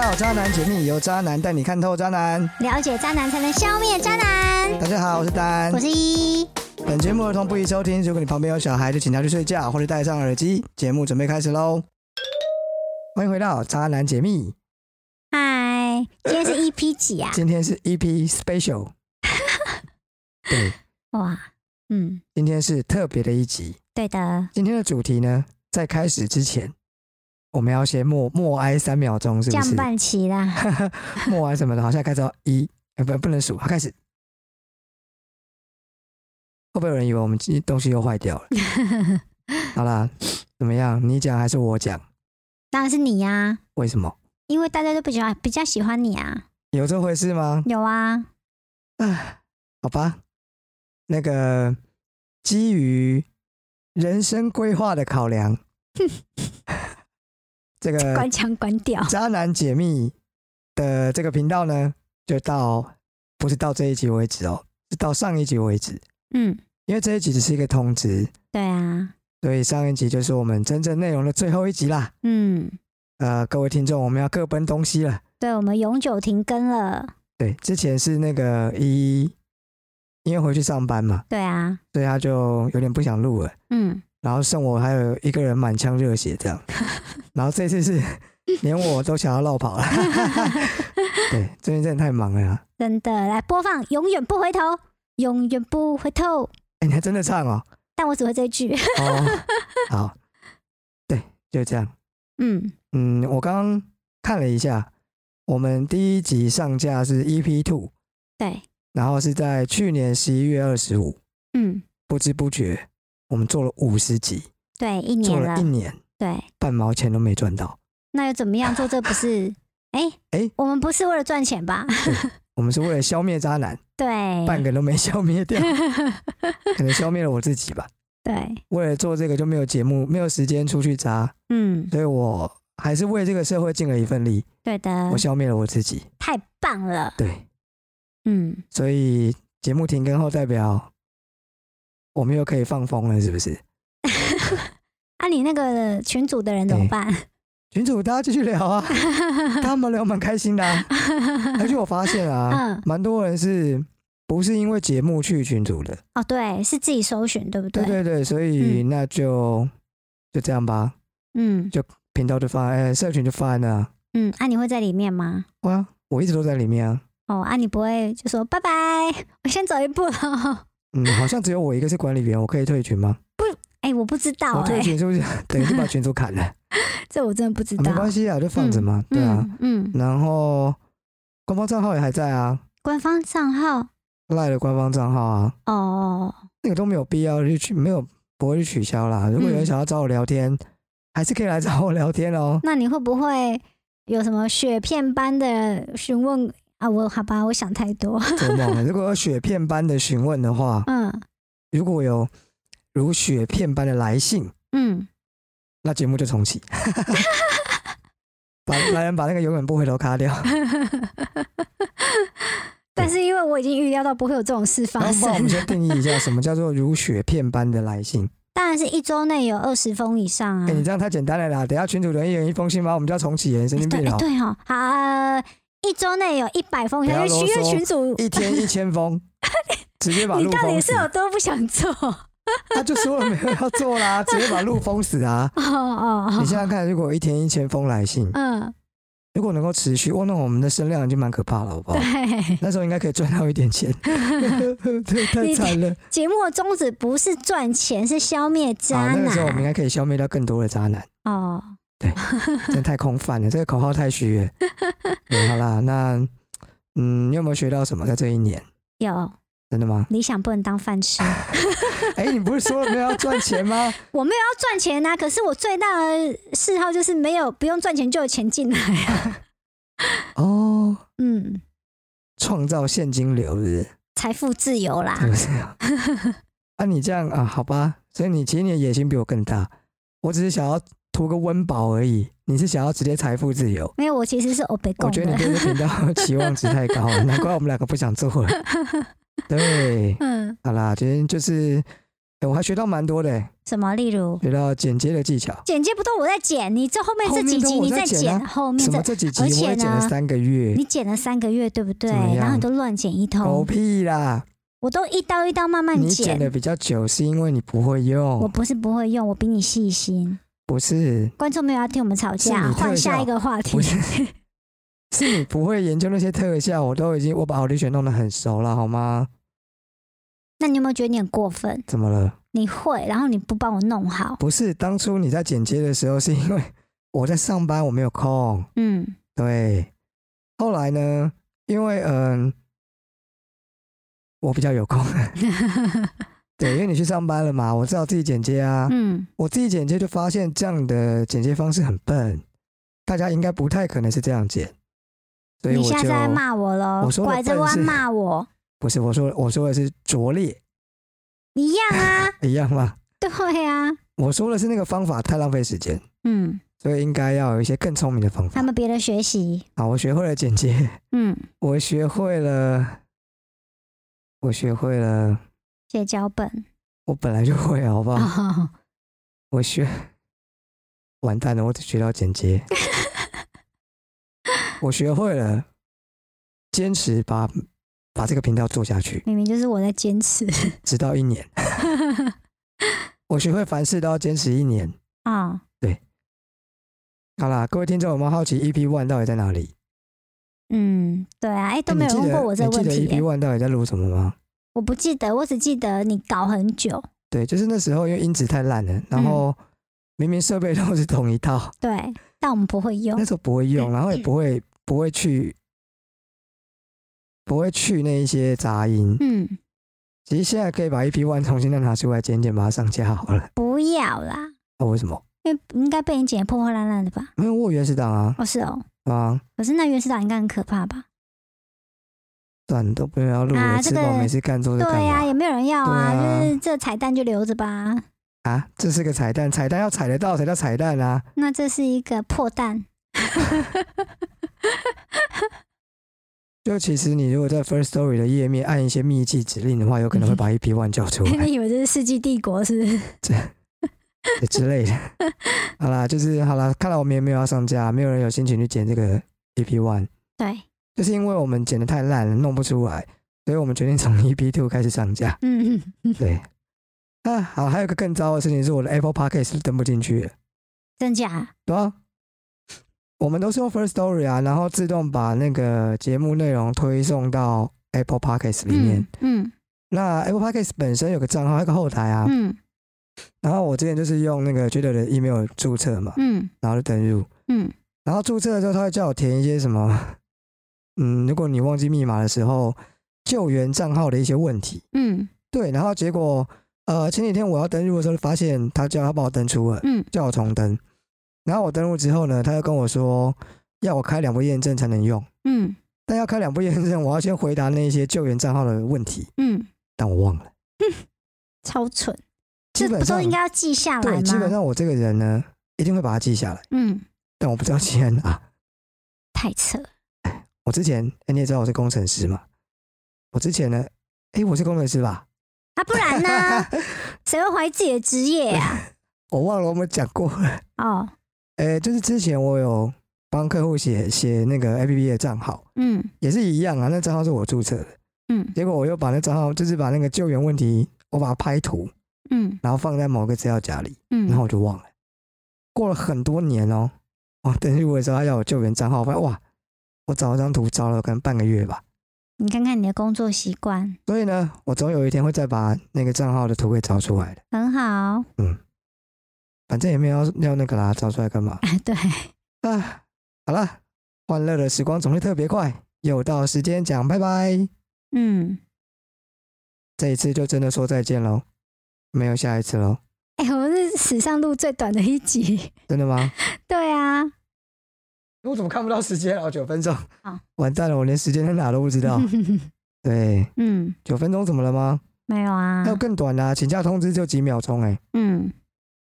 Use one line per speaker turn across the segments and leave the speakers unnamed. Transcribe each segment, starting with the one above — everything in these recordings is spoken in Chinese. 好，渣男解密由渣男带你看透渣男。
了解渣男才能消灭渣男。
大家好，我是丹
我。是一，
本节目儿童不宜收听，如果你旁边有小孩，就请他去睡觉或者戴上耳机。节目准备开始喽！欢迎回到渣男解密，
嗨，今天是 EP 几啊？
今天是 EP Special，对，
哇，嗯，
今天是特别的一集。
对的，
今天的主题呢，在开始之前，我们要先默默哀三秒钟，是不
降
是？
半旗啦。
默哀什么的，好像开始要一，呃，不，不能数，好，开始。会不会有人以为我们今东西又坏掉了？好啦，怎么样？你讲还是我讲？
当然是你呀、啊
为什么？
因为大家都比较比较喜欢你啊。
有这回事吗？
有啊，
好吧，那个基于人生规划的考量， 这个
关枪关掉。
渣男解密的这个频道呢，就到不是到这一集为止哦，是到上一集为止，
嗯，
因为这一集只是一个通知，
对啊，
所以上一集就是我们真正内容的最后一集啦。
嗯，
呃，各位听众，我们要各奔东西了。
对，我们永久停更了。
对，之前是那个一，因为回去上班嘛，
对啊，
所以他就有点不想录了。
嗯，
然后剩我还有一个人满腔热血这样，然后这次是连我都想要绕跑了，对，最近真的太忙了啊啦。
真的，来播放《永远不回头》，永远不回头。
哎、你还真的唱哦，
但我只会这一句。
哦，好，对，就这样。
嗯，
嗯，我刚刚看了一下，我们第一集上架是 EP Two，
对，
然后是在去年十一月二十五，
嗯，
不知不觉我们做了五十集，
对，一
做
年啊
了
了
一，年，
对。
半毛钱都没赚到。
那又怎么样？做这 不是？哎、
哎
我们不是为了赚钱吧？
我们是为了消灭渣 男，
对，
半个啊都没消灭 掉，可能消灭了我自己吧。
对，
为了做这个就没有节目，没有时间出去渣，
嗯，
所以我还是为这个社会尽了一份力。
对的
我，消灭了我自 己，
太棒了，
对，
嗯，
所以节目停更后代表我们又可以放风了，是不是？
啊，你那个群组的人
哎
怎么办？
群主大家继续聊 啊，他们聊蛮开心的、啊，而且我发现啊
嗯，
蛮多人是不是因为节目去群主的？
哦，对，是自己搜寻，对不对？
对对对，所以
嗯
那就就这样吧，
嗯
频道就发，哎，社群就发了啊。
嗯，啊，你会在里面吗？
哇，我一直都在里面啊。
哦，啊，你不会就说拜拜，我先走一步了。
嗯，好像只有我一个是管理员，我可以退群吗？
哎、我不知道、
我退
哎，
群是不 是等于是把群主砍了？啊
这我真的不 知道。
没关系啊，就放着嘛。对啊，
嗯，嗯，
然后官方账号也还在啊，
官方账号
赖的官方账号啊，
哦，
那个都没有必要去取，没有不会去取消啦。如果有人
嗯
想要找我聊天，还是可以来找我聊天哦。
那你会不会有什么雪片般的询问啊？我好吧，我想太多。
做梦啊了！如果有雪片般的询问的话，
嗯
如果有如雪片般的来信，
嗯，
那节目就重启。 把来人把那个永远不回头卡 掉，
但是因为我已经预料到不会有这种事
然
发
后帮我
生
们， 先定义一下，什么叫做如雪片般的来信？
当然是一周内有二十封以上啊。
哎、你这样太简单了啦！等一下群主人一人一封信吗？我们就要重启耶，神经病
对
啊！
对哈，好，呃一周内有一百封以上，
不
因
要
为因为
啰嗦
群主，
一天一千封， 直接把
你
路
到底
封
是
死。
有多不想做？ 哦
他就说了没有要做啦，直接把路封死啊！
哦，
你
哦
想想看，如果一天一千封来信，
嗯，
如果能够持续，哇，那我们的声量已经蛮可怕了，好不好？
对，
那时候应该可以赚到一点 钱， 对，太惨了。
节目的宗旨不是赚钱，是消灭
啊，
渣
那个时候我们应
男。
该可以消灭掉更多的渣男，
哦，
真的太空泛了，这个口号太虚了。嗯好啦，那嗯，你有没有学到什么在这一年？
有
真的 吗？
理想不能当 饭吃，
哎、你不是说没有要赚钱吗？
我没有要赚钱啊呐、可是我最大的嗜好就是没有不用赚钱就有钱进来啊。
哦，
嗯，
创造现金流是
财富自由啦
不是？。是不是啊？ 啊，你这样啊，好吧，所以你其实你的野心比我更大，我只是想要图个温饱而已，你是想要直接财富自由。
没有，我其实是欧北
我
贡
觉得你
的。
对这频 道期望值太高了，难怪我们两个不想做了。对，
嗯
好啦，今天就是哎我还学到蛮多的、
什么？例如
学到剪接的技巧。
剪接不都我在剪，你这后面这几集
后面都我
你
在
再
剪啊
剪，后面
什
嗯这
么这几集
而
我
且
也剪了
呢
三个月
你，剪了三个月，对不对？
怎么样
然后你都乱剪一
狗
通，
屁啦！
我都一刀一刀慢慢
你剪的比较久是因为你不会
我
用，
不是不会用，我比你细心。
不是
观众没有要听我们吵
是
架，
你特
换下
效
一个话题
不。是， 是你不会研究那些特效，我都已经我把 audition 弄得很熟了，好吗？
那你有没有觉得你很过分？
怎么了？
你会，然后你不帮我弄好，
不是，当初你在剪接的时候，是因为我在上班，我没有空。
嗯，
对，后来呢，因为嗯，我比较有空，对，因为你去上班了嘛，我知道自己剪接啊，
嗯，
我自己剪接就发现这样的剪接方式很笨，大家应该不太可能是这样剪，所以
你
我
现在
就
在骂我了
我，说的
拐着
笨
弯
是
骂我，
不是我说我说的是拙劣
一样 啊，
一样吗？
对啊，
我说的是那个方法太浪费时间，
嗯，
所以应该要有一些更聪明的方
他
法。
们别的学习，
好，我学会了剪接，
嗯，
我学会了，我学会了，
写脚本，
我本来就会，好不好？
哦，
我学，完蛋了，我只学到剪 接。我学会了坚持把把这个频道做下去，
明明就是我在坚 持
直到一年。我学会凡事都要坚持一年。
啊、
好啦，各位听众有没有好奇 EP One 到底在哪里？
嗯，对啊，哎，都
欸
没
你
有
记
问
得
过我这个问
你
题
记得 EP
耶，
One 到底在录什么吗？
我不记得，我只记得你搞很久，
对，就是那时候因为音质太烂了，
嗯
然后明明设备都是同一
哦
套，
对，但我们不会用
那，时候不会
嗯
用，然后也不会不会去不会去那一些杂音。
嗯，
其实现在可以把 EP One 重新再拿出来剪剪，把它上架好了。
不要啦，
啊，为什么？
因为应该被你剪得破破烂烂的吧？
没有我有原始档啊，
哦，是哦，
啊，
可是那原始档应该很可怕吧？
算了，都不用要录
啊
了，
这
吃饱
个
没事干做着干
对呀、
嘛？
也没有人要啊，
对啊
就是这彩蛋就留着吧。
啊，这是个彩蛋，彩蛋要踩得到才叫彩蛋啊！
那这是一个破蛋，
就其实你如果在 First Story 的页面按一些秘技指令的话，有可
嗯
能会把 EP One 叫出来
你以为这是世纪帝国是不 是？
之类的。 好啦，就是好啦，看来我们也没有要上架，没有人有心情去剪这个 EP One。
对，
就是因为我们剪的太烂了，弄不出来，所以我们决定从 EP Two 开始上 架。
嗯，
对，啊，好，还有一个更糟的事情是，我的 Apple Podcast 登不进去了，
真假？
对吧、我们都是用 First Story 啊，然后自动把那个节目内容推送到 Apple Podcast 里面。
嗯嗯
那 Apple Podcast 本身有个账号，还有个后台啊。
嗯
然后我之前就是用那个 j u d e 的 email 注册嘛，
嗯
然后就登入。
嗯
然后注册了之后，他会叫我填一些什么，嗯，如果你忘记密码的时候，救援账号的一些问题。
嗯
对，然后结果，呃，前几天我要登入的时候，发现他叫他帮我登出了，
嗯
叫我重登。然后我登录之后呢，他就跟我说要我开两步验证才能用，
嗯
但要开两步验证，我要先回答那些救援账号的问题，
嗯，
但我忘了。
超蠢，
基
这
本
不都
上
应该要记下来
对，基本
吗？
上我这个人呢，一定会把它记下来，
嗯，
但我不知道记在哪。
太扯了，
我之前，哎、你也知道我是工程师嘛？我之前呢，哎、我是工程师吧？
啊，不 然呢？谁会怀疑自己的职业呀、
我忘了我们讲过 了，
哦，
哎、就是之前我有帮客户写写那个 APP 的账号，
嗯
也是一样啊，那账号是我注册的，
嗯
结果我又把那账号，就是把那个救援问题，我把它拍图，
嗯
然后放在某个资料夹里，然后
嗯，
我就忘了。过了很多年哦、我登录的时候他要我救援账号，我发现哇，我找了张图找了可能半个月吧，
你看看你的工作习惯，
所以呢，我总有一天会再把那个账号的图给找出来的。
很好，啊
反正也没有要要那个啦，找出来干嘛？
哎，对，
啊，好了，欢乐的时光总是特别快，又到时间讲拜拜，
嗯。
这一次就真的说再见喽，没有下一次喽，
哎、我们是史上录最短的一集。
真的吗？
对啊，
我怎么看不到时间啊？九分钟
好，
完蛋了，我连时间在哪都不知道。对，
嗯，
九分钟怎么了吗？
没有啊
还，有更短的、啊，请假通知就几秒钟哎、
嗯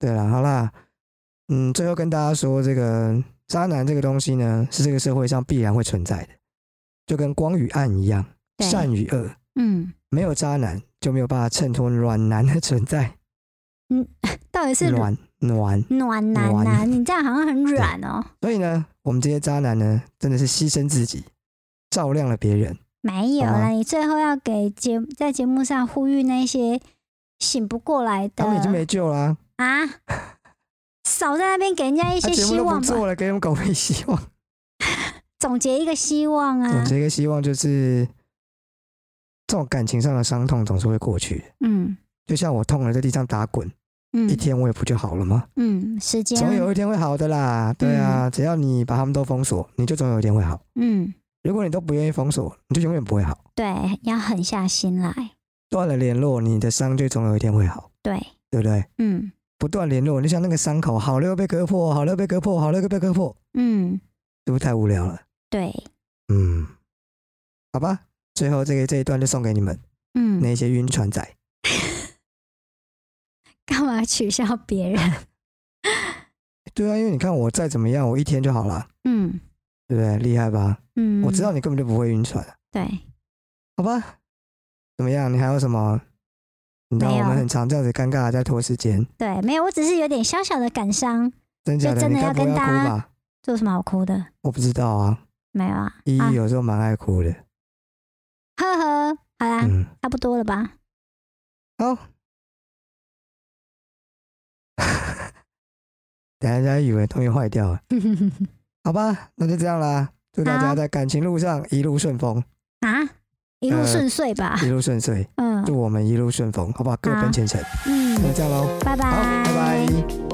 对了，好啦，嗯，最后跟大家说，这个渣男这个东西呢，是这个社会上必然会存在的，就跟光与暗一样，
对
善与恶，
嗯
没有渣男就没有办法衬托暖男的存在，
到底是
暖暖。
暖男呐、
暖
你这样好像很软哦。
所以呢，我们这些渣男呢，真的是牺牲自己，照亮了别人。
没有
好
啦，
吗
你最后要给节在节目上呼吁那些醒不过来的
他们已经没救啦、
啊， 少在那边给人家一
他
些
节目
希
都
望
不
吧。啊
做了，给我们狗屁希望。
总结一个希望
总
啊，
结一个希望就是，这种感情上的伤痛总是会过去的。
嗯
就像我痛了，在地上打滚，一
嗯
天我也不就好了吗？
嗯，时间，
总有一天会好的啦。对啊，只要你把他们都封锁，你就总有一天会好。
嗯，
如果你都不愿意封锁，你就永远不会好。
对，要狠下心来，
断了联络，你的伤就总有一天会好，
对，
对不对？
嗯
不断联络，你就像那个伤口，好了又被割破，好了又被割破，好了又被割破，
嗯，
是不是太无聊了？
对，
嗯，好吧，最后这个这一段就送给你们
嗯，
那些晕船仔。
干嘛取笑别人？
对啊，因为你看我再怎么样，我一天就好了，
嗯
对不对？厉害吧？
嗯，
我知道，你根本就不会晕船，
对，
好吧？怎么样？你还有什么？你知道
没
我
有啊
们很常这样子尴尬的在拖时间，
对，没有，我只是有点小小的感伤，
真假
就
的？
真的
你该
要
不会
跟
要
大家
哭吧？
这有什么好哭的？
我不知道啊，
没有啊，
依
啊
依，有时候蛮爱哭的。
呵呵，好啦，
嗯，
差不多了吧？
好。 等一下，人家以为东西坏掉 了，好吧？那就这样啦。祝大
好
家在感情路上一路顺风，
啊，一路
呃
顺遂吧，
一路顺遂。
嗯
祝我们一路顺风，好不好？各
好
奔前程。那
嗯，
就这样喽，
拜拜，
好，拜拜。